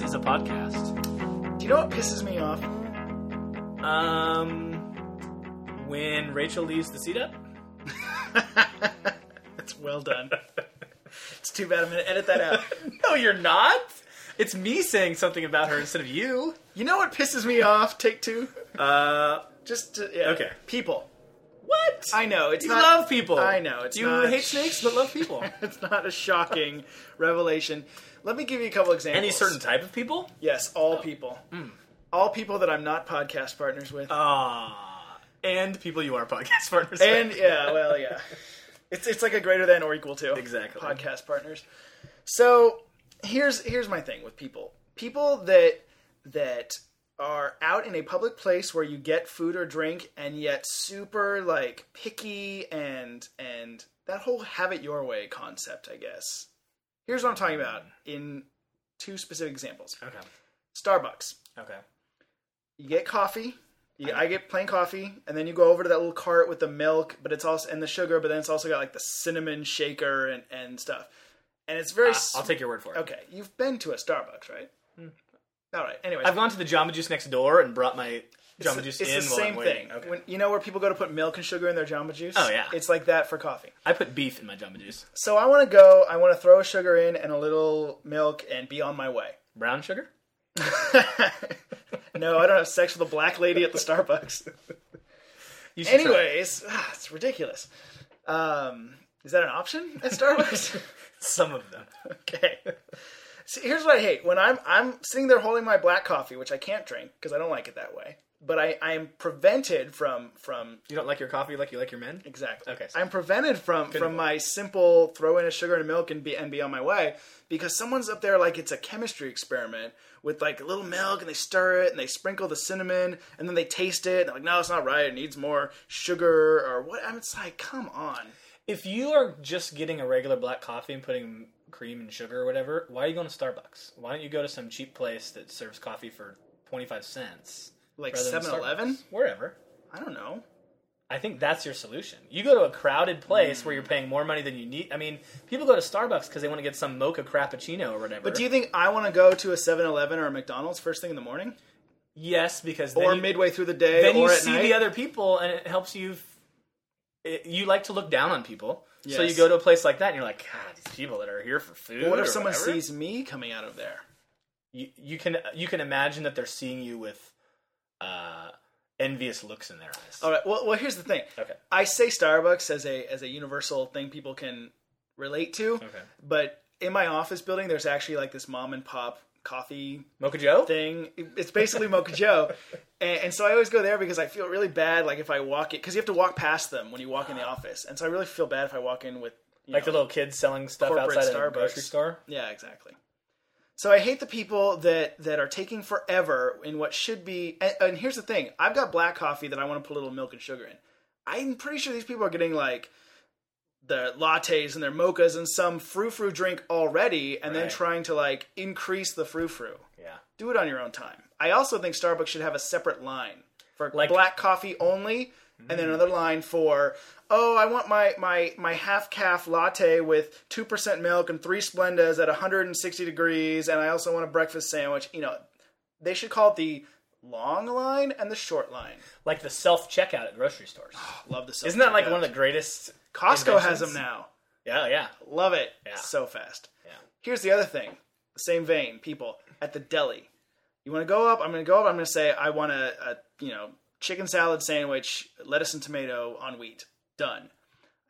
podcast. Do you know what pisses me off? Um, when Rachel leaves the seat up. That's well done. it's too bad I'm going to edit that out. No, you're not. It's me saying something about her instead of you. You know what pisses me off? Take two. Uh, Just to, yeah. Okay. People. what? I know it's you not. love people. I know, it's you not- hate snakes but love people. It's not a shocking revelation. Let me give you a couple examples. Any Oh. certain type of people? Yes, all people. All people that I'm not podcast partners with. Ah, and people you are podcast partners. and with. yeah, well, yeah. It's it's like a greater than or equal to Exactly. podcast partners. So here's here's my thing with people people that that are out in a public place where you get food or drink and yet super like picky and and that whole have it your way concept I guess. Here's what I'm talking about in two specific examples. okay, Starbucks. okay, you get coffee. You, I get plain coffee, and then you go over to that little cart with the milk, but it's also and the sugar, but then it's also got like the cinnamon shaker and and stuff. And it's very. I, s- will Ah, take your word for it. okay, you've been to a Starbucks, right? All right. Anyways, I've gone to the Jamba Juice next door and brought my Jamba it's, Juice it's in the while same I'm waiting. thing. Okay. When, you know where people go to put milk and sugar in their Jamba Juice? Oh, yeah. It's like that for coffee. I put beef in my Jamba Juice. So I want to go. I want to throw sugar in and a little milk and be on my way. Brown sugar? no, I don't have sex with a black lady at the Starbucks. You should try it. Anyways, ah, it's ridiculous. Um, is that an option at Starbucks? some of them. okay. See, here's what I hate when I'm I'm sitting there holding my black coffee, which I can't drink because I don't like it that way. But I I am prevented from from You don't like your coffee like you like your men? exactly. Okay. I'm prevented from from point. my simple throw in a sugar and milk and be and be on my way because someone's up there like it's a chemistry experiment with like a little milk and they stir it and they sprinkle the cinnamon and then they taste it and they're like no it's not right it needs more sugar or what I'm it's like come on. If you are just getting a regular black coffee and putting cream and sugar or whatever, why are you going to Starbucks? Why don't you go to some cheap place that serves coffee for 25 cents? like rather than 7-Eleven? Starbucks? Wherever. I don't know. I think that's your solution. You go to a crowded place where you're paying more money than you need. I mean, people go to Starbucks because they want to get some mocha frappuccino or whatever. But do you think I want to go to a 7-Eleven or a McDonald's first thing in the morning yes, because then or you, midway through the day then or you at see night? the other people and it helps you f- it, you like to look down on people so Yes. you go to a place like that and you're like god these people that are here for food what if or someone whatever." sees me coming out of there? you, you can you can imagine that they're seeing you with uh envious looks in their eyes All right. Well, well, here's the thing. okay I say Starbucks as a as a universal thing people can relate to, okay but in my office building there's actually like this mom and pop coffee mocha joe thing. It's basically Mocha Joe. And, and so I always go there because I feel really bad, like if I walk it, because you have to walk past them when you walk in the office, and so I really feel bad if I walk in with you Ah. like know, the little kids selling stuff corporate outside of a Starbucks. grocery store Yeah, exactly. So I hate the people that that are taking forever in what should be. And, and here's the thing: I've got black coffee that I want to put a little milk and sugar in. I'm pretty sure these people are getting like their lattes and their mochas and some frou frou drink already, and then Right. trying to like increase the frou frou. yeah Do it on your own time. I also think Starbucks should have a separate line for Like- black coffee only. And then another line for, oh, I want my, my, my half calf latte with 2% milk and three Splendas at 160 degrees. And I also want a breakfast sandwich. You know, they should call it the long line and the short line. like the self checkout at grocery stores Love the isn't that like one of the greatest Costco has them inventions? now. yeah yeah Love it. Yeah. So fast. yeah Here's the other thing. Same vein, people at the deli. You want to go up? I'm going to go up. I'm going to say I want a, a you know chicken salad sandwich, lettuce and tomato on wheat. Done.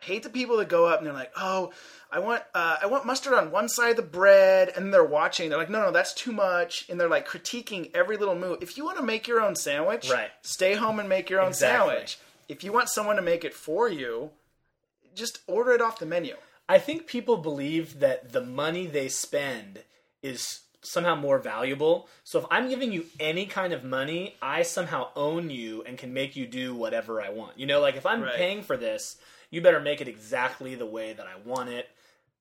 I hate the people that go up and they're like, oh, I want uh, I want mustard on one side of the bread, and they're watching. They're like, no, no, that's too much, and they're like critiquing every little move. If you want to make your own sandwich, Right. Stay home and make your own Exactly. sandwich. If you want someone to make it for you, just order it off the menu. I think people believe that the money they spend is somehow more valuable. So if I'm giving you any kind of money, I somehow own you and can make you do whatever I want. You know, like if I'm Right. paying for this, you better make it exactly the way that I want it,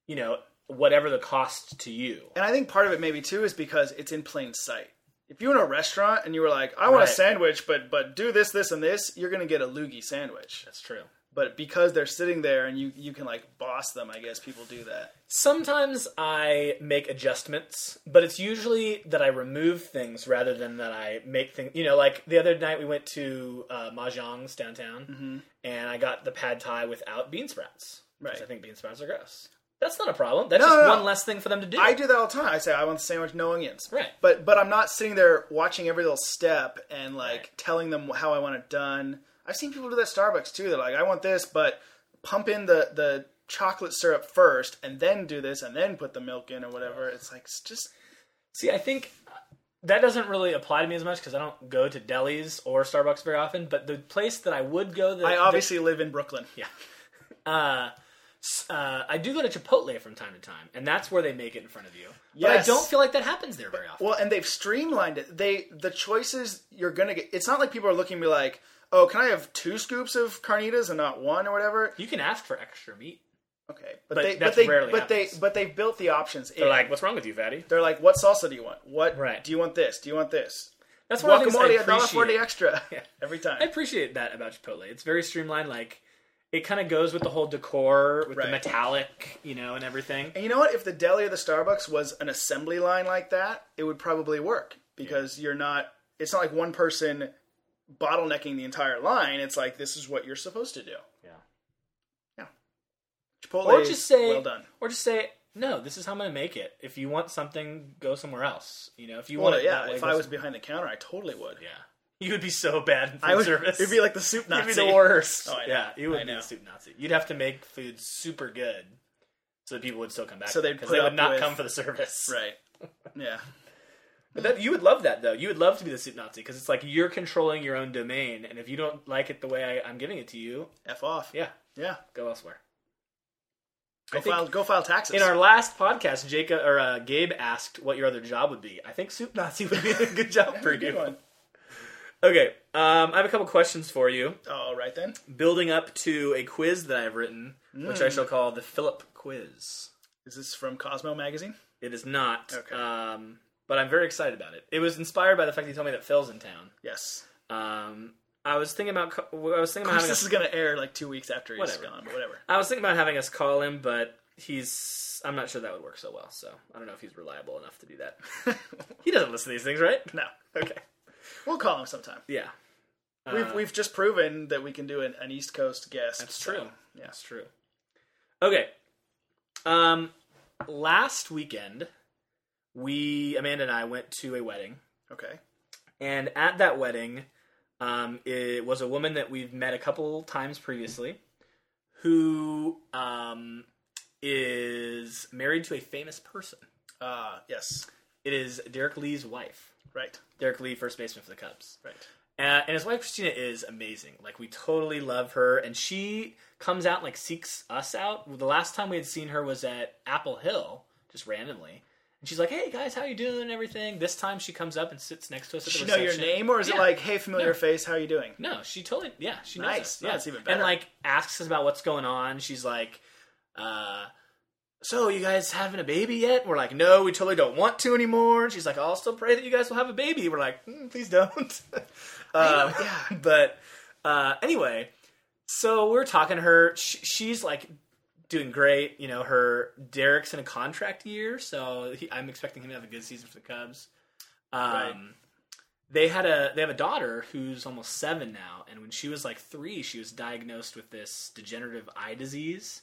you know, whatever the cost to you. And I think part of it maybe too is because it's in plain sight. If you're in a restaurant and you were like, I want Right. a sandwich, but but do this, this, and this, you're gonna get a loogie sandwich. That's true. But because they're sitting there and you, you can like boss them, I guess people do that. Sometimes I make adjustments, but it's usually that I remove things rather than that I make things. You know, like the other night we went to uh, Mahjong's downtown, Mm-hmm. and I got the pad thai without bean sprouts. 'cause Right. I think bean sprouts are gross. That's not a problem. That's No, just no, no. one less thing for them to do. I do that all the time. I say I want the sandwich, no onions. Right. But but I'm not sitting there watching every little step and like Right. telling them how I want it done. I've seen people do that at Starbucks too. They're like, I want this, but pump in the the chocolate syrup first, and then do this, and then put the milk in or whatever. It's like it's just See, I think that doesn't really apply to me as much because I don't go to delis or Starbucks very often. But the place that I would go, that I obviously live in Brooklyn. Yeah. Uh, s- uh, I do go to Chipotle from time to time, and that's where they make it in front of you. But I Yes. don't feel like that happens there very often. Well, and they've streamlined it. They the choices you're gonna get. It's not like people are looking at me like, oh, can I have two scoops of carnitas and not one or whatever. you can ask for extra meat. Okay, but, But they that's but they rarely but they happens. but they've built the options. in. what's wrong with you, fatty? They're like, what salsa do you want? What Right. do you want this? Do you want this? That's one of the things I Guacamole, dollar forty appreciate. extra every I time. appreciate that about Chipotle. It's very streamlined. Like it kind of goes with the whole decor, with Right. the metallic, you know, and everything. And you know what? If the deli or the Starbucks was an assembly line like that, it would probably work because you're not. It's not like one person bottlenecking the entire line. It's like this is what you're supposed to do. Yeah. Yeah. Chipotle. Or just say, well done. Or just say, no, this is how I'm going to make it. If you want something, go somewhere else. You know, if you Well, want it, yeah. that way, If go I was some- behind the counter, I totally would. yeah, you would be so bad in food I would. service. It'd be like the soup Nazi. You'd be the worst. Oh, I know. Yeah, you would I be know. the soup Nazi. You'd have to make food super good so that people would still come back. So to it, they'd 'cause put they would up not with- come for the service. Right. Yeah. But that, you would love that though. You would love to be the soup Nazi because it's like you're controlling your own domain, and if you don't like it the way I, I'm giving it to you, F off. yeah, Yeah. go elsewhere. Go I think- file. Go file taxes. In our last podcast, Jacob or uh, Gabe asked what your other job would be. I think soup Nazi would be a good job for Good you. one. Okay, um, I have a couple questions for you, All right then. building up to a quiz that I've written, which I Mm. shall call the Philip Quiz. Is this from Cosmo magazine? It is not. Okay. Um, but I'm very excited about it. It was inspired by the fact that you told me that Phil's in town. Yes. Um, I was thinking about co- I was thinking Of about course, having this us, is gonna air like two weeks after he's Whatever. gone. But whatever. I was thinking about having us call him, but he's I'm not sure that would work so well. So I don't know if he's reliable enough to do that. he doesn't listen to these things, right? No, Okay. we'll call him sometime. Yeah. we've we've just proven that we can do an, an East Coast guest. That's true. yeah. That's true. Okay. Um, last weekend, we Amanda and I went to a wedding. Okay. And at that wedding, um, it was a woman that we've met a couple times previously, who um, is married to a famous person. Uh yes. It is Derek Lee's wife. Right. Derek Lee, first baseman for the Cubs. Right. Uh, and his wife Christina is amazing. Like we totally love her, and she comes out and, like seeks us out. The last time we had seen her was at Apple Hill, just randomly, and she's like, "Hey guys, how you doing?" and everything. This time she comes up and sits next to us. At the Does she know your reception. name, or is it Yeah. like, hey, familiar face, how you doing? No, she totally. Yeah, she knows. Nice. us. No, Yeah, that's even And better. like asks us about what's going on. She's like, uh, "So you guys having a baby yet?" We're like, "No, we totally don't want to anymore." And she's like, "I'll still pray that you guys will have a baby." We're like, mm, "Please don't." um, yeah. But uh, anyway, so we're talking to her. Sh she's like doing great. You know, her Derek's in a contract year, so he, I'm expecting him to have a good season for the Cubs. Um, Right. They had a they have a daughter who's almost seven now, and when she was like three, she was diagnosed with this degenerative eye disease.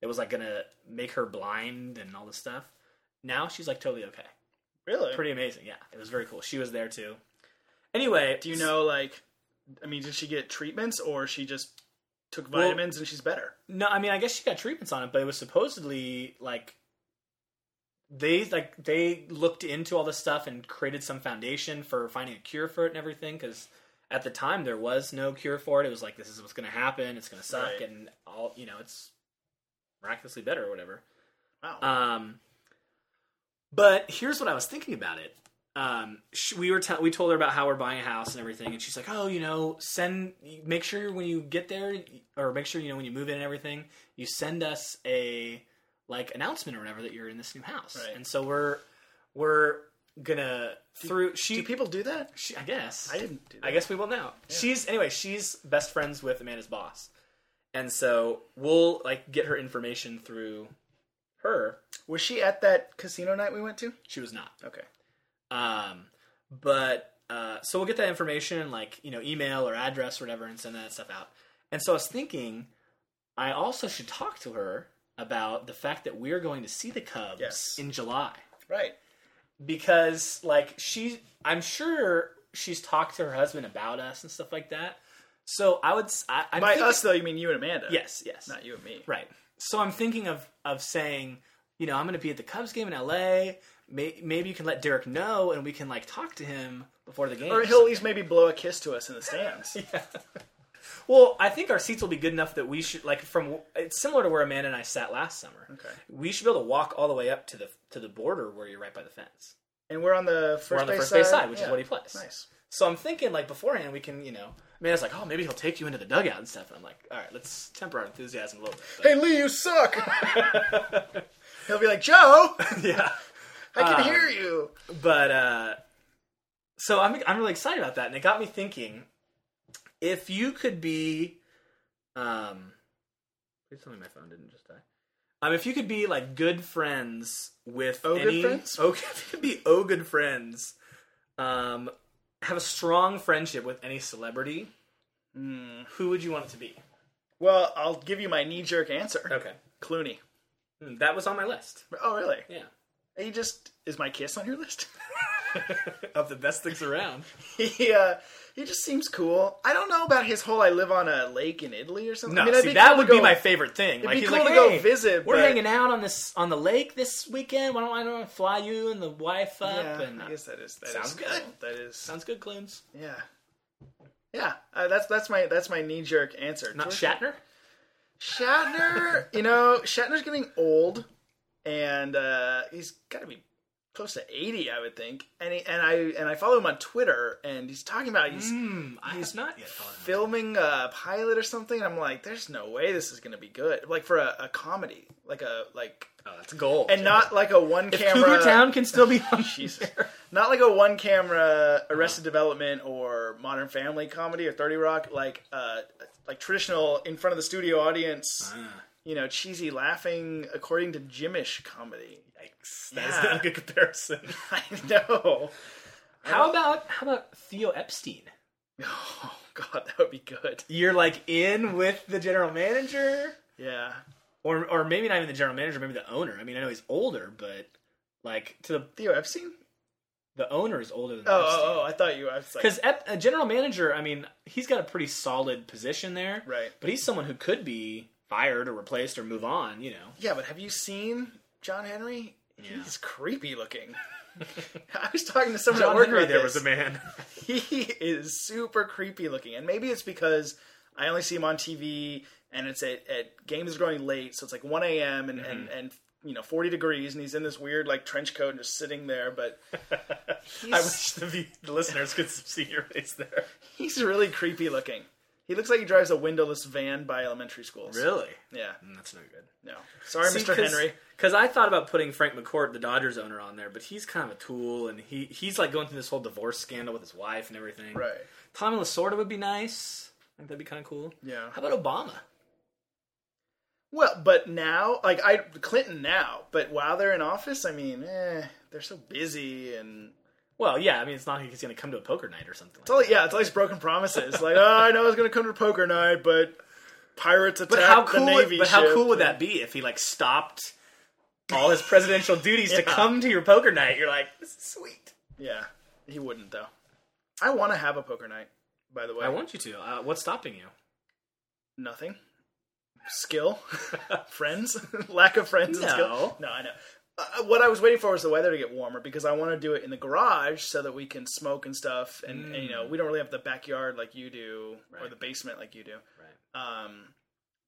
It was like gonna make her blind and all this stuff. Now she's like totally okay. Really? Pretty amazing, yeah. It was very cool. She was there too. Anyway, do you know like? I mean, did she get treatments, or she just took vitamins and she's better? No, I mean, I guess she got treatments on it, but it was supposedly like they like they looked into all this stuff and created some foundation for finding a cure for it and everything. Because at the time there was no cure for it. It was like this is what's going to happen. It's going to suck, Right. and all you know, it's miraculously better or whatever. Wow. Um, but here's what I was thinking about it. Um, sh we were tell we told her about how we're buying a house and everything, and she's like, "Oh, you know, send make sure when you get there, or make sure you know when you move in and everything, you send us a like announcement or whatever that you're in this new house." Right. And so we're we're gonna through she, do people do that? she I guess I didn't do that. I guess we will now. She's anyway. She's best friends with Amanda's boss, and so we'll like get her information through her. Was she at that casino night we went to? She was not. Okay. Um, but uh, so we'll get that information, like you know, email or address or whatever, and send that stuff out. And so I was thinking, I also should talk to her about the fact that we're going to see the Cubs Yes. in July Right. because, like, she, I'm sure she's talked to her husband about us and stuff like that. So I would, s- I, am By us though, you mean you and Amanda? yes, yes, Not you and me. Right. So I'm thinking of of saying, you know, I'm going to be at the Cubs game in LA. May, maybe you can let Derek know, and we can like talk to him before the game. Or he'll e- at least maybe blow a kiss to us in the stands. well, I think our seats will be good enough that we should like from. It's similar to where Amanda and I sat last summer. Okay. We should be able to walk all the way up to the to the border where you're right by the fence. And we're on the first We're on the base first side, base side, which Yeah. is what he plays. Nice. So I'm thinking like beforehand we can you know. Amanda's like, oh, maybe he'll take you into the dugout and stuff. And I'm like, all right, let's temper our enthusiasm a little bit. But- Hey Lee, you suck. he'll be like, Joe, yeah. I can Um, hear you. but uh so I'm I'm really excited about that, and it got me thinking: if you could be, um, please tell me my phone didn't just die. Um, if you could be like good friends with Oh, good any, friends? oh, if you could be oh good friends, um, have a strong friendship with any celebrity, Hmm. who would you want it to be? Well, I'll give you my knee-jerk answer. Okay, Clooney. Hmm, that was on my list. Oh, really? Yeah, He just is my kiss on your list. of the best things around. he uh, he just seems cool. I don't know about his whole "I live on a lake in Italy" or something. No, I mean, see, I'd that cool to would be go- my favorite thing. Like, be he's cool like, to go "Hey, visit, We're but- hanging out on this on the lake this weekend. Why don't I don't fly you and the wife up? Yeah, and I guess that is that is Sounds cool. good. That is sounds good, Clunes. yeah, yeah. Uh, that's that's my that's my knee jerk answer. Not George- Shatner. Shatner. you know, Shatner's getting old, and uh, he's got to be close to eighty, I would think. And he, and I and I follow him on Twitter, and he's talking about he's Hmm, I have not yet. thought of that. filming a pilot or something. And I'm like, there's no way this is gonna be good. Like for a, a comedy, like a like, Oh, that's gold. and not like a one camera. Cougar Town can still be on. Jesus. Not like a one camera Uh-huh. Arrested Development or Modern Family comedy or Thirty Rock, like uh, like traditional in front of the studio audience, Uh-huh. Uh, you know, cheesy laughing according to Jimish comedy. Yikes, that is Yeah. not a good comparison. I know. how about how about Theo Epstein? Oh God, that would be good. You're like in with the general manager, Yeah, or or maybe not even the general manager, maybe the owner. I mean, I know he's older, but like to the Theo Epstein. the owner is older than Oh, Epstein. oh, oh, I thought you. I was like, Because a general manager, I mean, he's got a pretty solid position there, Right. But he's someone who could be fired or replaced or move on. You know, yeah, but have you seen John Henry? Yeah. He's creepy looking. I was talking to someone at John work Henry about there this. was a man. he is super creepy looking and maybe it's because i only see him on tv and it's at, at games are going late so it's like 1 a.m and, and and you know 40 degrees and he's in this weird like trench coat and just sitting there but he's, I wish the, v- the listeners could see your face there. he's really creepy looking he looks like he drives a windowless van by elementary schools Really, yeah Mm, that's no good. no sorry mr henry Because I thought about putting Frank McCourt, the Dodgers owner, on there, but he's kind of a tool, and he he's like going through this whole divorce scandal with his wife and everything. right Tommy Lasorda would be nice. I think that'd be kind of cool. Yeah. How about Obama? well but now like i clinton now but while they're in office i mean eh, they're so busy and Well, yeah. I mean, it's not like he's going to come to a poker night or something. It's all, yeah, it's all these broken promises. Like, oh, I know it's gonna come to poker night, but pirates attack But how the cool? navy but how ship. cool would that be if he like stopped all his presidential duties to Yeah. come to your poker night? You're like, this is sweet. Yeah, he wouldn't though. I want to have a poker night. By the way, I want you to. Uh, what's stopping you? nothing. Skill, friends, lack of friends and skill. No. No, I know. Uh, what I was waiting for was the weather to get warmer because I want to do it in the garage so that we can smoke and stuff, and, and, you know we don't really have the backyard like you do or Hmm. Right. the basement like you do. Right. um,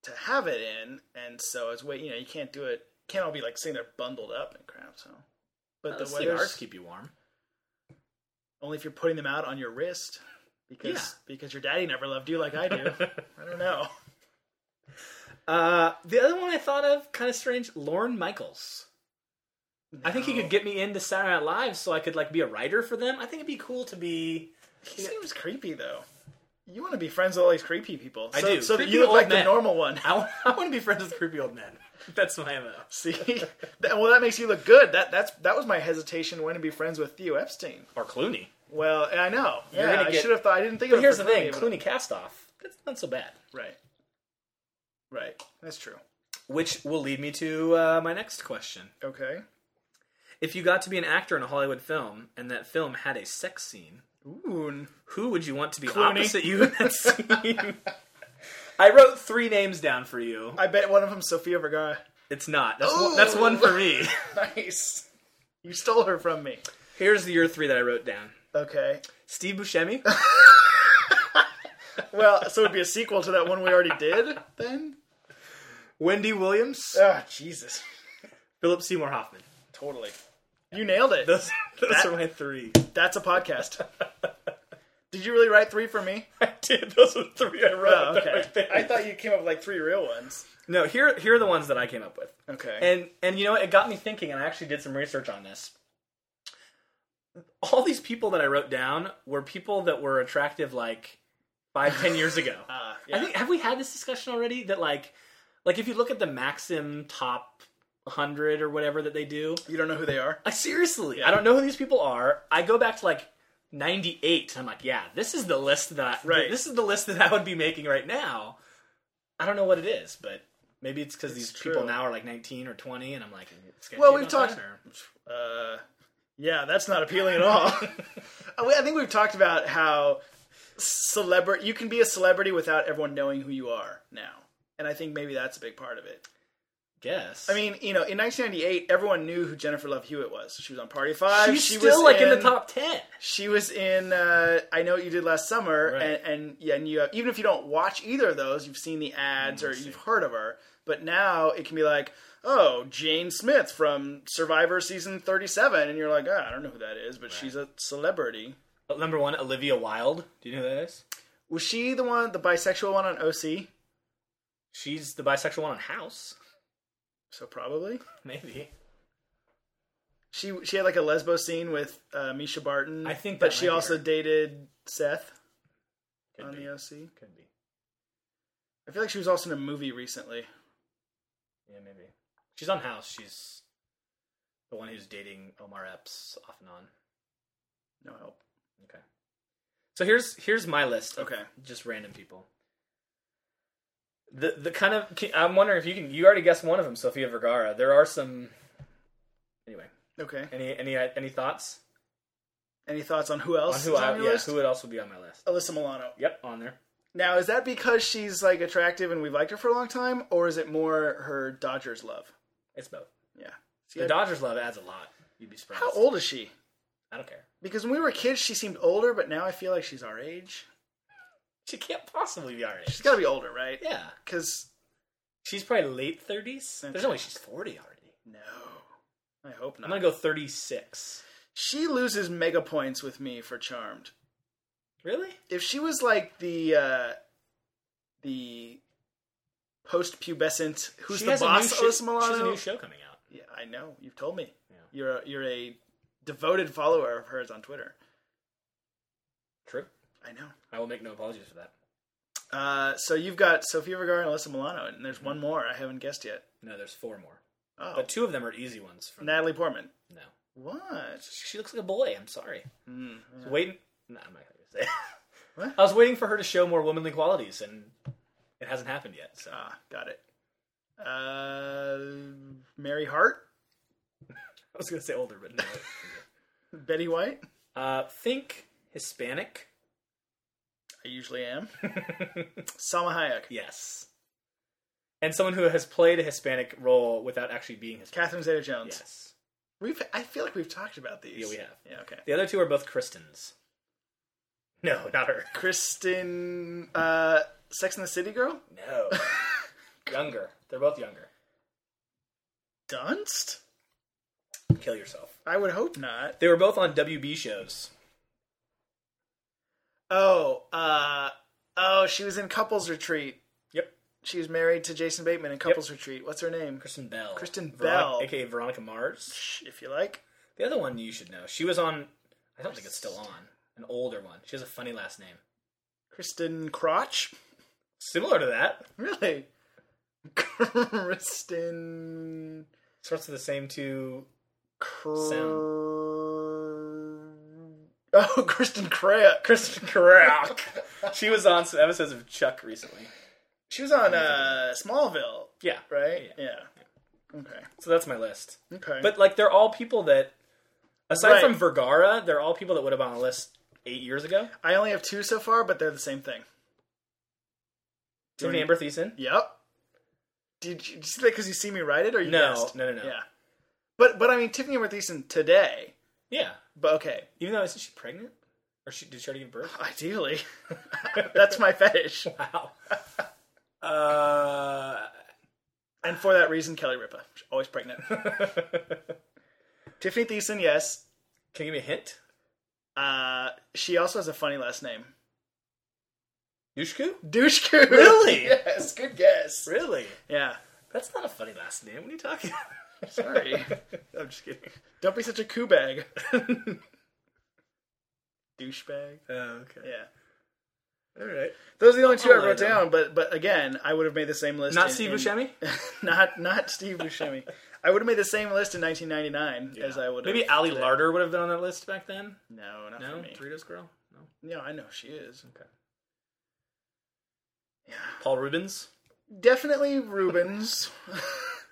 to have it in, and so it's wait, you know, you can't do it. Can't all be like sitting there bundled up and crap. So, but the the weather's cigars keep you warm. only if you're putting them out on your wrist because Yeah. because your daddy never loved you like I do. I don't know. Uh, the other one I thought of, kind of strange, Lorne Michaels. I think he No. could get me into Saturday Night Live, so I could like be a writer for them. I think it'd be cool to be. He seems creepy though. You want to be friends with all these creepy people. I so, do. So that Creepy you look old like the men. normal one. I want, I want to be friends with creepy old men. That's my MO. See, That- well, that makes you look good. That that's that was my hesitation when to be friends with Theo Epstein. or Clooney. Well, I know. You're yeah, gonna I get- should have thought. I didn't think. But of here's it the for thing: Clooney, Clooney cast off. That's not so bad. but- Right. Right. That's true. Which will lead me to uh, my next question. Okay. If you got to be an actor in a Hollywood film and that film had a sex scene, Ooh. who would you want to be Clooney. opposite you in that scene? I wrote three names down for you. I bet one of them's Sofia Vergara. It's not. That's, one, that's one for me. Nice. You stole her from me. Here's the year three that I wrote down. Okay. Steve Buscemi. Well, so it'd be a sequel to that one we already did then? Wendy Williams, Ah, Jesus. Philip Seymour Hoffman. Totally. You nailed it. Those, those That- are my three. That's a podcast. Did you really write three for me? I did. Those are the three I wrote. Oh, okay. Right there. I thought you came up with like three real ones. no, here here are the ones that I came up with, Okay. and and you know what? it got me thinking, and I actually did some research on this. All these people that I wrote down were people that were attractive like five ten years ago. uh, I think have we had this discussion already? That like like if you look at the Maxim top hundred or whatever that they do, you don't know who they are. I seriously, Yeah. I don't know who these people are. I go back to like '98. I'm like, yeah, this is the list that I, Right. This is the list that I would be making right now. I don't know what it is, but maybe it's because these people true. now are like 19 or 20, and I'm like, it's gotta Well, be we've about talked- that, or- Uh, yeah, that's not appealing at all. I Uh, I think we've talked about how celebrity you can be a celebrity without everyone knowing who you are now, and I think maybe that's a big part of it. Guess. I mean, you know, in 1998, everyone knew who Jennifer Love Hewitt was. She was on Party Five. she's she still was like in, the top 10. She was in uh, I Know What You Did Last Summer, Right. and, and yeah, and you have, even if you don't watch either of those, you've seen the ads or you've heard of her. But now it can be like, oh, Jane Smith from Survivor season thirty-seven, and you're like, oh, I don't know who that is, but she's a celebrity. But number one, Olivia Wilde. Do you know who that is? Was she the one, the bisexual one on OC? She's the bisexual one on House. So probably Maybe. she she had like a lesbo scene with uh, Misha Barton. I think but that she might be also her. dated Seth Could on be. the OC. Could be. I feel like she was also in a movie recently. Yeah, maybe. She's on House. She's the one who's dating Omar Epps off and on. No help. Okay. So here's here's my list. Of Okay. Just random people. The the kind of can- I'm wondering if you can you already guessed one of them, Sofia Vergara. There are some. Anyway, Okay. any any any thoughts Any thoughts on who else on who is I on your yeah, list? who would also be on my list? Alyssa Milano. Yep, on there. Now, is that because she's like attractive and we've liked her for a long time, or is it more her Dodgers love? It's both. Yeah. See, The I- Dodgers love adds a lot. You'd be surprised. how old is she? I don't care. Because when we were kids, she seemed older, but now I feel like she's our age. She can't possibly be our age. She's got to be older, right? yeah, Because she's probably late 30s. There's no way she's 40 already. no, I hope I'm not. gonna go 36. she loses mega points with me for Charmed. Really? If she was like the uh the post-pubescent, who's She the has a new boss, shi- Alyssa Milano? She has a new show coming out. Yeah, I know. You've told me. Yeah. You're a, you're a devoted follower of hers on Twitter. True. I know. I will make no apologies for that. Uh, so you've got Sofia Vergara and Alyssa Milano, and there's one more I haven't guessed yet. No, there's four more, Oh, but two of them are easy ones. From Natalie Portman. no, What? she looks like a boy. I'm sorry. Hmm. I was waiting. No, I'm not gonna say. it. What? I was waiting for her to show more womanly qualities, and it hasn't happened yet. So Ah, got it. Uh, Mary Hart, I was gonna say older, but no. Betty White. uh, think Hispanic. I usually am. Salma Hayek, yes, and someone who has played a Hispanic role without actually being Hispanic. Catherine Zeta-Jones. Yes. We've. I feel like we've talked about these. Yeah, we have. Yeah. Okay. The other two are both Kristens. No, not her. Kristen, uh, Sex and the City girl. No. younger. They're both younger. Dunst. Kill yourself. I would hope not. They were both on WB shows. Oh, uh, oh, she was in Couples Retreat. Yep. She was married to Jason Bateman in Couples Retreat. What's her name? Kristen Bell. Kristen Veronica- Bell. aka Veronica Mars. Shh, If you like. The other one you should know. She was on. I don't think it's still on. An older one. She has a funny last name. Kristen Crotch. Similar to that. Really? Kristen Starts with the same two. Cr- Oh, Kristen Crack. Kristen Crack. she was on some episodes of Chuck recently. She was on uh, Smallville, Yeah. right? Yeah. Okay. So that's my list. Okay. But like, they're all people that, aside Right. from Vergara, they're all people that would have been on the list eight years ago. I only have two so far, but they're the same thing. Tiffany Amber Thiessen. Yep. Did you, did you see that because you see me write it, or you No, guessed? no, no, no. Yeah. But but I mean Tiffany Amber Thiessen today. Yeah. But okay, Even though isn't she pregnant? Or she did she already give birth? ideally, that's my fetish. Wow. Uh, And for that reason, Kelly Ripa, she's always pregnant. Tiffany Thiessen, yes. Can you give me a hint? Uh, she also has a funny last name. Yushku? Douchecoo. Really? Yes. Good guess. Really? Yeah. That's not a funny last name. What are you talking about? Sorry. I'm just kidding. Don't be such a coo bag. Douchebag. Oh, okay. Yeah. All right. Those are the only two I'll I let wrote it down, but but again, I would have made the same list. Not in- Steve in- Buscemi? not not Steve Buscemi. I would have made the same list in 1999 as I would. Maybe have Ali today. Larder would have been on that list back then. No, not No, for me. Doritos girl. No. No, I know she is. Okay. Yeah, Paul Rubens, definitely Rubens.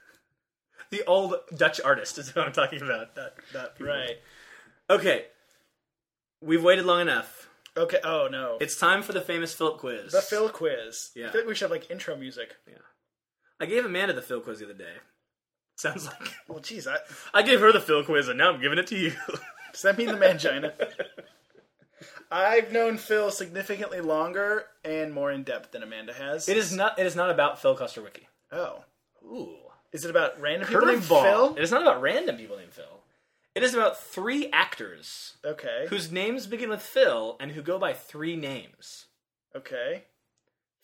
the old Dutch artist, is what I'm talking about. Not, not people. right. Okay. We've waited long enough. Okay. Oh no. It's time for the famous Philip quiz. the Phil quiz. Yeah. I feel like we should have like intro music. I gave Amanda the Phil quiz the other day. Sounds like Well, geez, I, I gave her the Phil quiz, and now I'm giving it to you. does that mean the mangina? I've known Phil significantly longer and more in depth than Amanda has. it is not. It is not about Phil Kosterwicki. Oh, Ooh, is it about random people Curve named ball. Phil? It is not about random people named Phil. It is about three actors Okay. whose names begin with Phil and who go by three names: okay.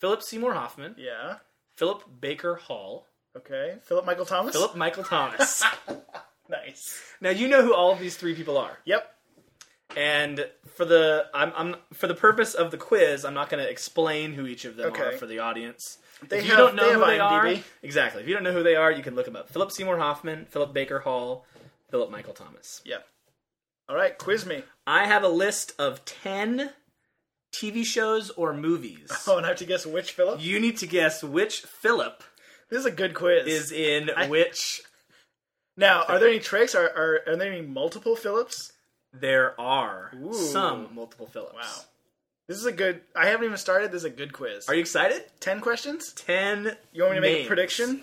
Philip Seymour Hoffman, Yeah. Philip Baker Hall, Okay. Philip Michael Thomas. Philip Michael Thomas. Nice. now you know who all of these three people are. Yep. And for the I'm, I'm for the purpose of the quiz, I'm not going to explain who each of them Okay. are for the audience. They if you have- don't know they have who they IMDb. are, exactly. If you don't know who they are, you can look them up. Philip Seymour Hoffman, Philip Baker Hall, Philip Michael Thomas. Yep. All right, quiz me. I have a list of ten TV shows or movies. Oh, and I have to guess which Philip. You need to guess which Philip This is a good quiz. is in which. now, are there any tricks? Are, are are there any multiple Philips? There are Ooh. some multiple Philips. Wow. This is a good. I haven't even started. This is a good quiz. Are you excited? ten questions? Ten. You want me to make names. a prediction?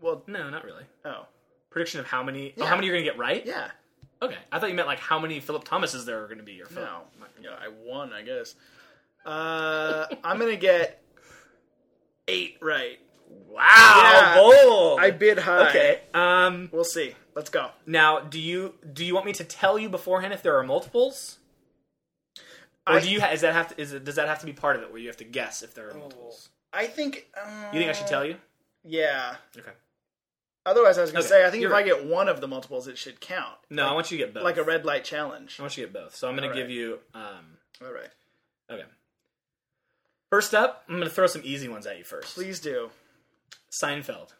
Well, No, not really. oh Prediction of how many? Oh, Yeah. how many you're gonna get right? yeah. Okay, I thought you meant like how many Philip Thomases there are going to be. Or Philip. No, yeah, I won. I guess. Uh, I'm gonna get eight right. Wow, Yeah. bold. I bid high. okay. Um. We'll see. Let's go. Now, do you do you want me to tell you beforehand if there are multiples, or I- Oh. do you? Ha- is that have to? Is it, does that have to be part of it where you have to guess if there are multiples? I think. Um, You think I should tell you? Yeah. Okay. Otherwise, I was gonna Okay, say I think if you're I get one of the multiples, it should count, No, I want you to get both. like a red light challenge. I want you to get both. So I'm going All to right. give you. Um. All right, Okay. First up, I'm going to throw some easy ones at you first. please do. Seinfeld,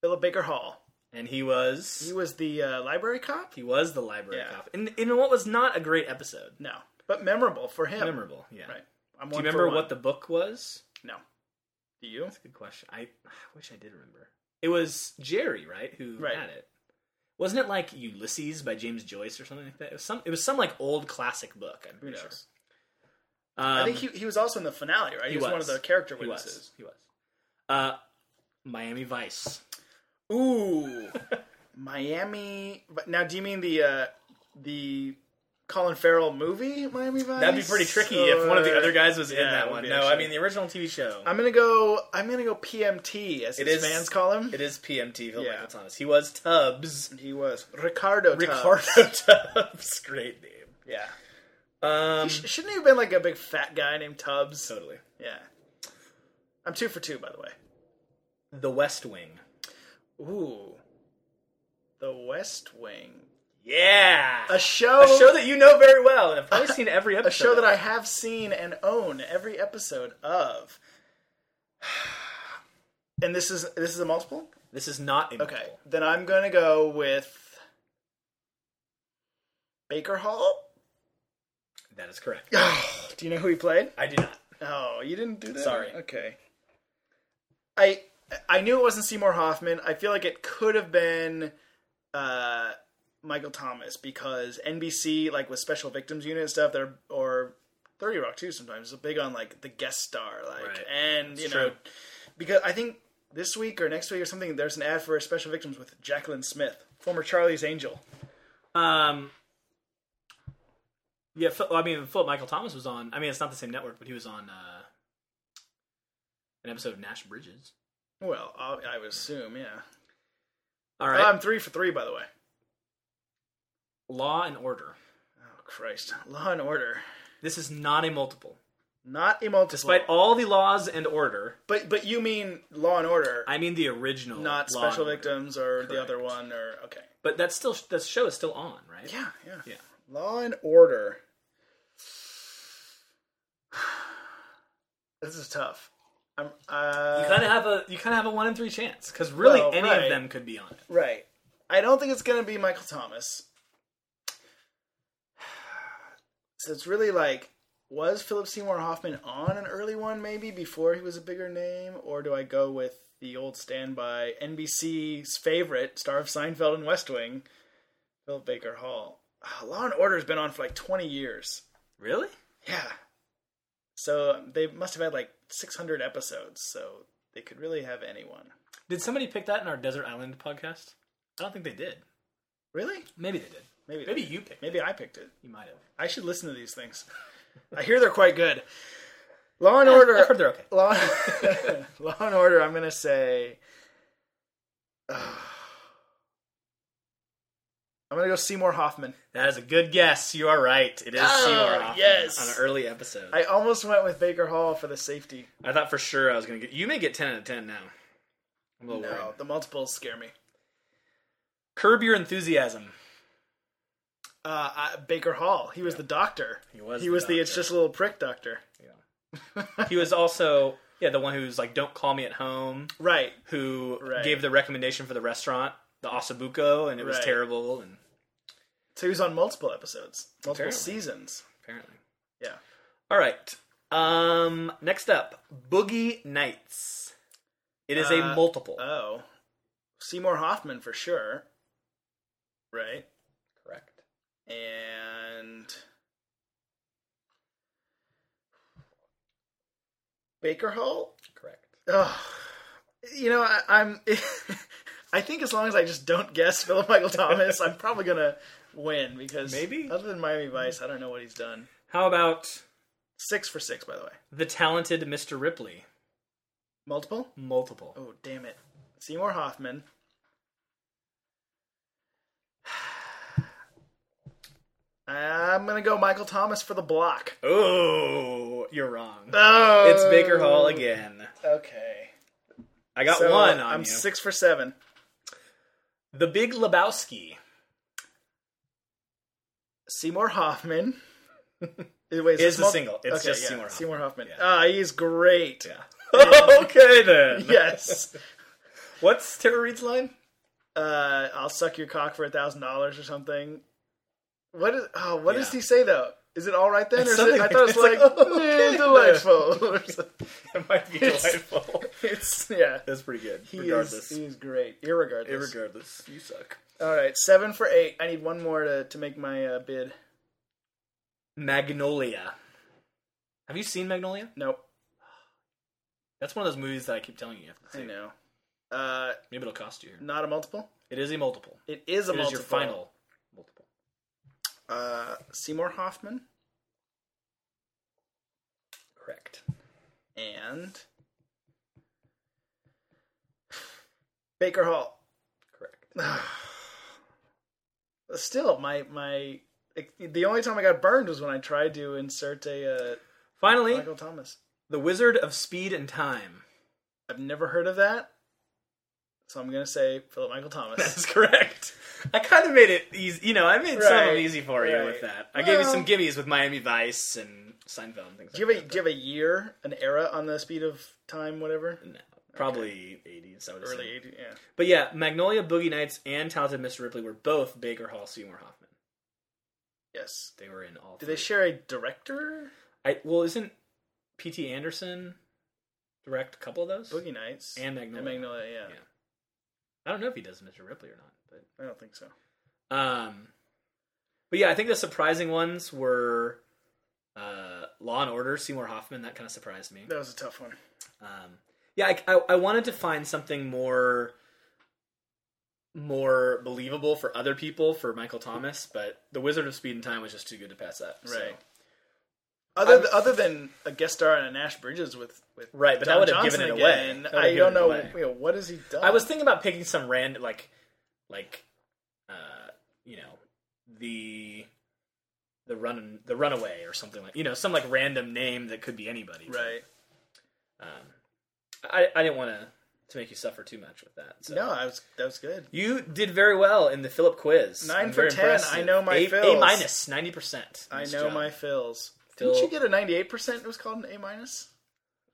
Philip Baker Hall. and he was He was the uh, library cop. he was the library Yeah. cop, in in what was not a great episode. No, but memorable for him. Memorable, yeah. Right. I'm Do you one remember for what one. the book was? No. Do you? That's a good question. I, I wish I did remember. It was Jerry, right, who Right. had it. Wasn't it like Ulysses by James Joyce or something like that? It was some. It was some like old classic book. I'm Who pretty knows? sure. Um, I think he, he was also in the finale, right? He, he was, one of was. the character he was. witnesses. He was. Uh, Miami Vice. Ooh, Miami. But now, do you mean the uh, the Colin Farrell movie, Miami Vice? That'd be pretty tricky if one of the Or- other guys was in Yeah, it that would one. be No, I actually. mean the original TV show. I'm gonna go. I'm gonna go PMT as It his is- fans call him. it is PMT. Phil Yeah. Michael Thomas. He was Tubbs. He was Ricardo. Tubbs. Ricardo Tubbs. Great name. Yeah. Um, Sh- Shouldn't he have been like a big fat guy named Tubbs? totally. Yeah. I'm two for two, by the way. The West Wing. Ooh. The West Wing. Yeah. A show, A show that you know very well, and I've probably seen every episode. a show that I have seen and own every episode of. And this is this is a multiple? This is not immutable. Okay. Then I'm going to go with Baker Hall. That is correct. do you know who he played? I do not. Oh, you didn't do that. Sorry. Okay. I I knew it wasn't Seymour Hoffman. I feel like it could have been uh, Michael Thomas because NBC like with Special Victims Unit and stuff. They're or Thirty Rock too. Sometimes is big on like the guest star, like Right. and you know true. because I think this week or next week or something there's an ad for Special Victims with Jacqueline Smith, former Charlie's Angel. Um, Yeah, Phil, I mean, Philip Michael Thomas was on. I mean, it's not the same network, but he was on uh, an episode of Nash Bridges. Well, I, I would assume, yeah. All right, I'm three for three, by the way. Law and Order. Oh Christ, Law and Order, This is not a multiple, not a multiple. despite all the laws and order. But but you mean Law and Order, I mean the original, not Law and Special Order. Victims or the Correct. other one or okay. But that's still that show is still on, right? Yeah, yeah. Yeah. Law and Order. This is tough. I'm uh You kind of have a you kind of have a one in three chance because really Well, any right. of them could be on it. right. I don't think it's going to be Michael Thomas. So it's really like was Philip Seymour Hoffman on an early one maybe before he was a bigger name or do I go with the old standby NBC's favorite star of Seinfeld and West Wing, Philip Baker Hall. Ah, Law and Order's been on for like 20 years. Really? Yeah. So um, they must have had like 600 episodes, so they could really have anyone. Did somebody pick that in our Desert Island podcast? I don't think they did. Really? Maybe they did. Maybe Maybe you picked. it. maybe I picked it. You might have. I should listen to these things. I hear they're quite good. Law and I've heard Order. they're okay. Law, Law and Order. I'm gonna say. uh, I'm gonna go Seymour Hoffman. That is a good guess. You are right. It is Oh, Seymour Hoffman yes. on an early episode. I, I almost went with Baker Hall for the safety. thought for sure I was going to get. You may get 10 out of 10 now. I'm a little No, worried. the multiples scare me. Curb your enthusiasm. Uh, I, Baker Hall. He was the doctor. He was He the was the. It's doctor. just a little prick doctor. He was also, yeah, the one who's like, don't call me at home, Right. who Right. gave the recommendation for the restaurant, the Osabuco, and it was Right. terrible, and So he was on multiple episodes, multiple Apparently. seasons. apparently. Yeah. All right. Um, next up, Boogie Nights. It is a Uh, multiple. Oh, Seymour Hoffman for sure. Right. Correct. and Baker Hall. Correct. Ugh. You know, I, I'm. I think as long as I just don't guess Philip Michael Thomas, I'm probably gonna win because Maybe. other than Miami Vice, I don't know what he's done. How about Six for six, by the way. the talented Mr. Ripley? Multiple. Multiple. Oh damn it, Seymour Hoffman. I'm gonna go Michael Thomas for the block. Oh, you're wrong. Oh, It's Baker Hall again. Okay. I got So, one on I'm you. six for seven. The Big Lebowski. Seymour Hoffman. Wait, Is this the mul- single. It's just yeah, Seymour Hoffman. Seymour Hoffman. Yeah. Ah, he's great. okay then. Yes. What's Tara Reed's line? uh, I'll suck your cock for a thousand dollars or something. What is? Oh, what does Yeah. he say though? Is it all right then? It's or is it, something I thought it was like, like- it's like, oh, "Eh, okay. delightful. or something. That might be delightful. it's yeah. That's pretty good. He regardless. is he's great. Irregardless. Irregardless. You suck. All right, seven for eight. I need one more to to make my uh, bid. Magnolia. Have you seen Magnolia? Nope. That's one of those movies that I keep telling you. you have to I see. know. Uh, Maybe it'll cost you. not a multiple. It is a multiple. It is a It is multiple. your final multiple. Uh, Seymour Hoffman Correct. and Baker Hall. Correct. Still, my my the only time I got burned was when I tried to insert a uh, Finally, Michael Thomas. The Wizard of Speed and Time. I've never heard of that, so I'm gonna say Philip Michael Thomas. That's correct. I kind of made it easy. You know, I made some of Right, them easy for you right. with that. I gave you some Well- gimmies with Miami Vice and Seinfeld and things Do you like have a do you have a year, an era on the speed of time, whatever? that. No, probably 80s, I would Early assume. eighty, yeah. But yeah, Magnolia, Boogie Nights, and Talented Mr. Ripley were both Baker Hall, Seymour Hoffman. Yes. They were in all Do they three. share a director? I, well, isn't P.T. Anderson direct a couple of those? Boogie Nights And Magnolia. And Magnolia, yeah. Yeah. I don't know if he does Mr. Ripley or not, I don't think so. but um, but yeah, I think the surprising ones were uh, Law and Order, Seymour Hoffman. That kind of surprised me. That was a tough one. Um, yeah, I, I, I wanted to find something more more believable for other people for Michael Thomas, but The Wizard of Speed and Time was just too good to pass up. so. Right. Other I'm- th- other than a guest star on a Nash Bridges with with Right, but that Don would have Johnson given it away. again, That would have I given don't it know away. you know, what has he done. I was thinking about picking some random, like, like, uh, you know, the the run the runaway or something like you know some like random name that could be anybody. right. Um, I I didn't want to to make you suffer too much with that. So. No, I was that was good. You did very well in the Philip quiz. Nine I'm very for 10. I know my a, fills. A minus, 90%. I Nice know job. my fills. Phil- Didn't you get a ninety eight percent? It was called an A minus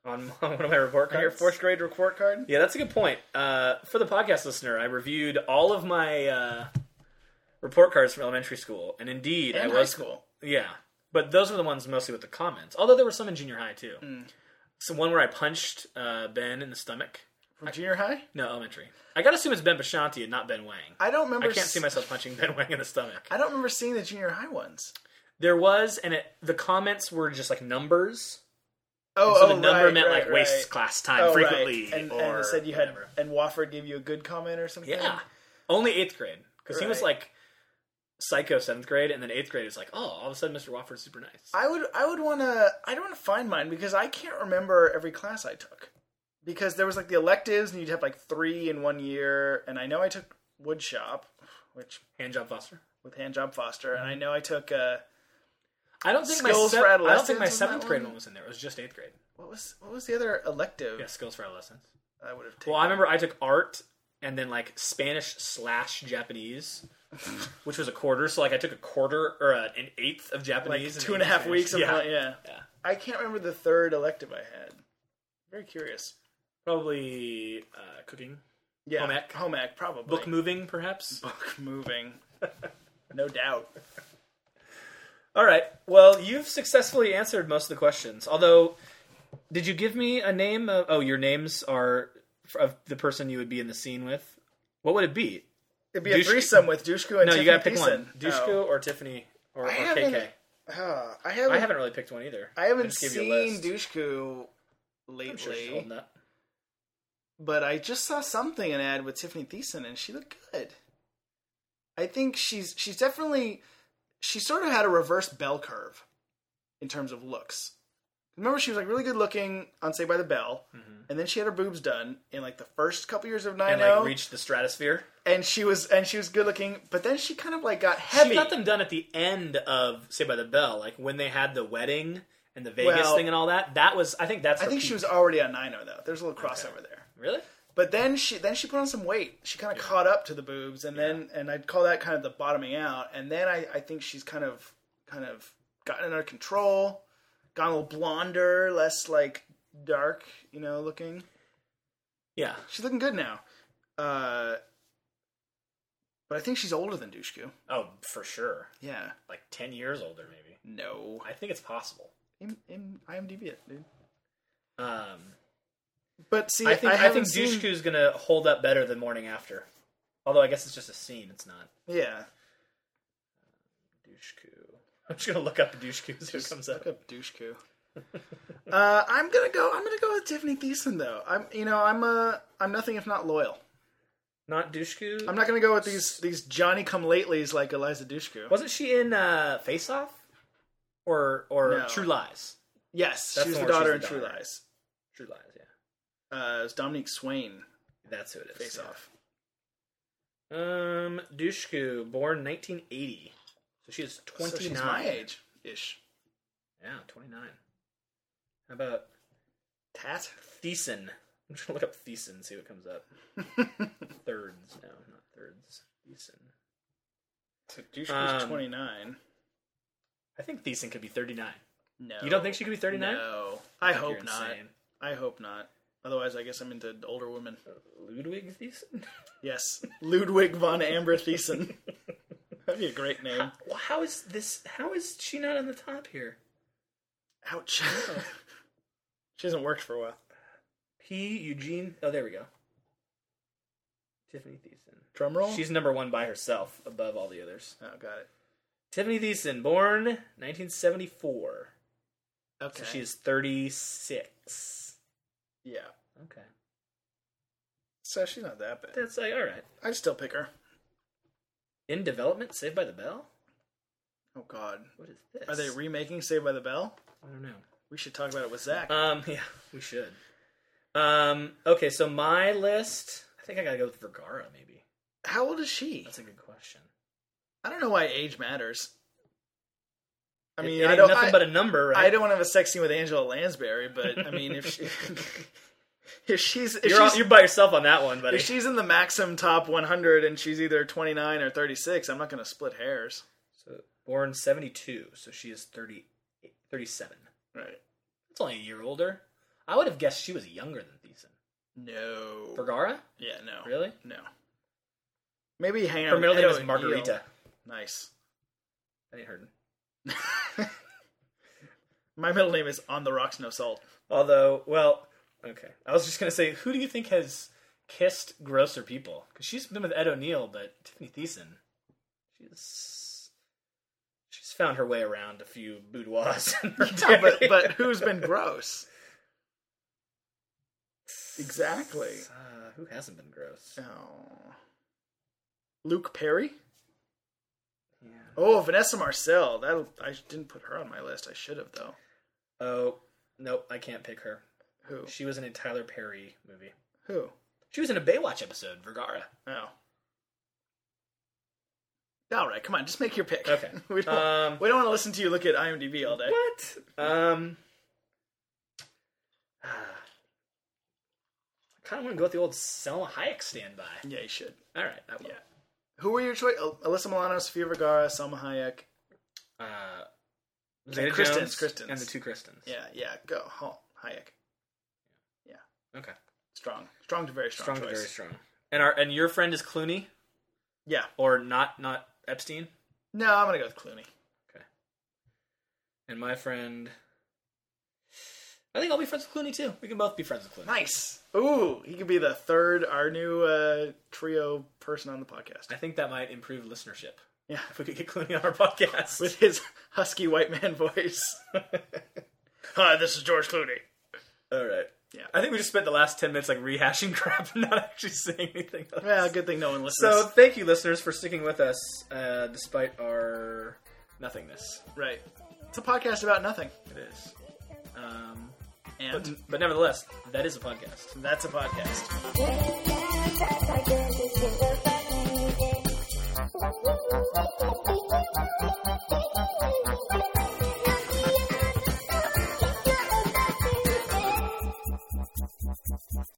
On, on one of my report on your cards. fourth grade report card. Yeah, that's a good point. Uh, for the podcast listener, I reviewed all of my uh, report cards from elementary school, and indeed, And I high was school. yeah. But those were the ones mostly with the comments. Although there were some in junior high too. Hmm. So one where I punched uh, Ben in the stomach. From junior high? No, elementary. I gotta assume it's Ben Bashanti and not Ben Wang. I don't remember I can't s- see myself punching Ben Wang in the stomach. I don't remember seeing the junior high ones. There was, and it, the comments were just like numbers. Oh, So oh, the number right, meant like right, waste right. class time Oh, right. frequently, and, or and it said you had whatever. and Wofford gave you a good comment or something. Yeah. Only eighth grade. Because he was Right. like psycho seventh grade, and then eighth grade is like, oh, all of a sudden Mr. Wofford's super nice. I would I would want to I don't want to find mine because I can't remember every class I took because there was like the electives and you'd have like three in one year and I know I took wood shop which Hand job Foster. with hand job Foster and I Mm-hmm. know I took uh I don't think Skills my for se- I don't adolescents think my was that seventh grade one? one was in there. It was just eighth grade. what was what was the other elective Yeah, skills for adolescence. I would have taken Well, I remember I took art and then like Spanish slash Japanese, which was a quarter. So like I took a quarter or uh, an eighth of like Japanese, two and a half Spanish. weeks of Yeah. like- yeah yeah, I can't remember the third elective I had very curious probably uh, cooking, yeah Home ec? home ec probably book moving, perhaps. book moving no doubt All right. Well, you've successfully answered most of the questions. Although, did you give me a name? Of, oh, your names are f- of the person you would be in the scene with. What would it be? it'd be a Dushku- threesome with Dushku and No, Tiffany you gotta pick one: Thiessen. Dushku Oh. or Tiffany or, or I haven't- KK. Uh, I haven't. I haven't really picked one either. I haven't just gave you a seen list. Dushku I'm sure she's lately, holding up. but I just saw something an ad with Tiffany Thiessen, and she looked good. I think she's she's definitely she sort of had a reverse bell curve in terms of looks. Remember, she was like really good looking on Saved by the Bell, and then she had her boobs done in like the first couple years of Nine Mm-hmm. and O, like reached the stratosphere. and she was and she was good looking, but then she kind of like got heavy. She got them done at the end of Say by the Bell, like when they had the wedding and the Vegas Well- thing and all that. That was, I think, that's. I her think peak. she was already on Nine O though. There's a little crossover there. really. But then she then she put on some weight. She kind of caught up to the boobs, and then and I'd call that kind of the bottoming out. And then I, I think she's kind of kind of gotten under control, gone a little blonder, less like dark, you know, looking. Yeah. She's looking good now. Uh, but I think she's older than Dushku. Oh, for sure. Yeah. Like ten years older, maybe. No. I think it's possible. In, in IMDb, it, dude. Um, But see, I think I, haven't think seen- Dushku's gonna hold up better than Morning After. Although I guess it's just a scene. It's not Yeah. Dushku. I'm just gonna look up Dushku as it Just comes up. Look up douchecoo. uh, I'm gonna go. I'm gonna go with Tiffany Thiessen though. I'm, you know, I'm uh, I'm nothing if not loyal. Not Dushku. I'm not gonna go with these these Johnny Come Latelys like Eliza Dushku. Wasn't she in uh, Face Off or or No. True Lies? Yes, That's she was the the one where daughter in she's the True daughter. Lies. True Lies. Yeah, Uh, it was Dominique Swain. that's who it is. Face off. Um, Dushku, born 1980, so she is 29. So she's my age ish. Yeah, 29. How about Tat. Thiessen? I'm just gonna look up Thiessen, see what comes up. thirds. No, not thirds. Thiessen. Douche Um, 29. I think Thiessen could be 39. No. You don't think she could be 39? No. I You're hope not. insane. I hope not. Otherwise, I guess I'm into older women. Uh, Ludwig Thiessen? Yes. Ludwig von Amber Thiessen. That'd be a great name. Well, how is this? How is she not on the top here? Ouch. she hasn't worked for a while. P. Eugene. Oh, there we go. Tiffany Thiessen. Drum roll. She's number one by herself, above all the others. Oh, got it. Tiffany Thiessen, born 1974. Okay. So she is 36. Yeah. Okay. So she's not that bad. That's like, all right. I'd still pick her. In development, Saved by the Bell? Oh God. What is this? Are they remaking Saved by the Bell? I don't know. We should talk about it with Zach. Um, yeah, we should. Um, okay, so my list, I think I gotta go with Vergara, maybe. How old is she? That's a good question. I don't know why age matters. I It- mean, it ain't I don't. nothing I, but a number, right? I don't want to have a sex scene with Angela Lansbury, but I mean, if she, if she's if You're, all, she's you're by yourself on that one, buddy. if she's in the Maxim top 100 and she's either 29 or 36, I'm not going to split hairs. So, born 72, so she is 30, 37. Right. That's only a year older. I would have guessed she was younger than Thiessen. No. Vergara? Yeah, no. Really? No. Maybe hang out. Her middle with name Edo is and Margarita. Neil. Nice. I ain't heard. My middle name is On the Rocks No Salt. Although, well, okay. I was just gonna say, who do you think has kissed grosser people? Because she's been with Ed O'Neill, but Tiffany Thiessen, she's she's found her way around a few boudoirs. In her Yeah, but day. but who's been gross? Exactly. Uh, who hasn't been gross? Oh. Luke Perry? Yeah. Oh, Vanessa Marcel. That I didn't put her on my list. I should have though. Oh nope, I can't pick her. Who? She was in a Tyler Perry movie. Who? She was in a Baywatch episode, Vergara. Oh. All right, come on, just make your pick. Okay. we don't, Um, we don't want to listen to you look at IMDb all day. What? Um, I kind of want to go with the old Selma Hayek standby. Yeah, you should. All right, I will. Yeah. Who were your choice? Al- Alyssa Milano, Sofia Vergara, Selma Hayek. Uh, Zeta Kristens, Jones Kristens. and the two Kristens. Yeah, yeah, go. Ha- Hayek. Okay. Strong. Strong to very strong, Strong, to choice. very strong. And our and your friend is Clooney Yeah. or not not Epstein. No, I'm going to go with Clooney. And my friend, I think I'll be friends with Clooney too. We can both be friends with Clooney. Nice. Ooh, he could be the third, our new uh, trio person on the podcast. I think that might improve listenership Yeah. if we could get Clooney on our podcast. With his husky white man voice. Hi, this is George Clooney. All right. Yeah. I think we just spent the last 10 minutes like rehashing crap and not actually saying anything. Else. Well, good thing no one listens. So thank you, listeners, for sticking with us uh, despite our nothingness. right. It's a podcast about nothing. It is. Um, but, And but nevertheless, that is a podcast. that's a podcast. Thank you.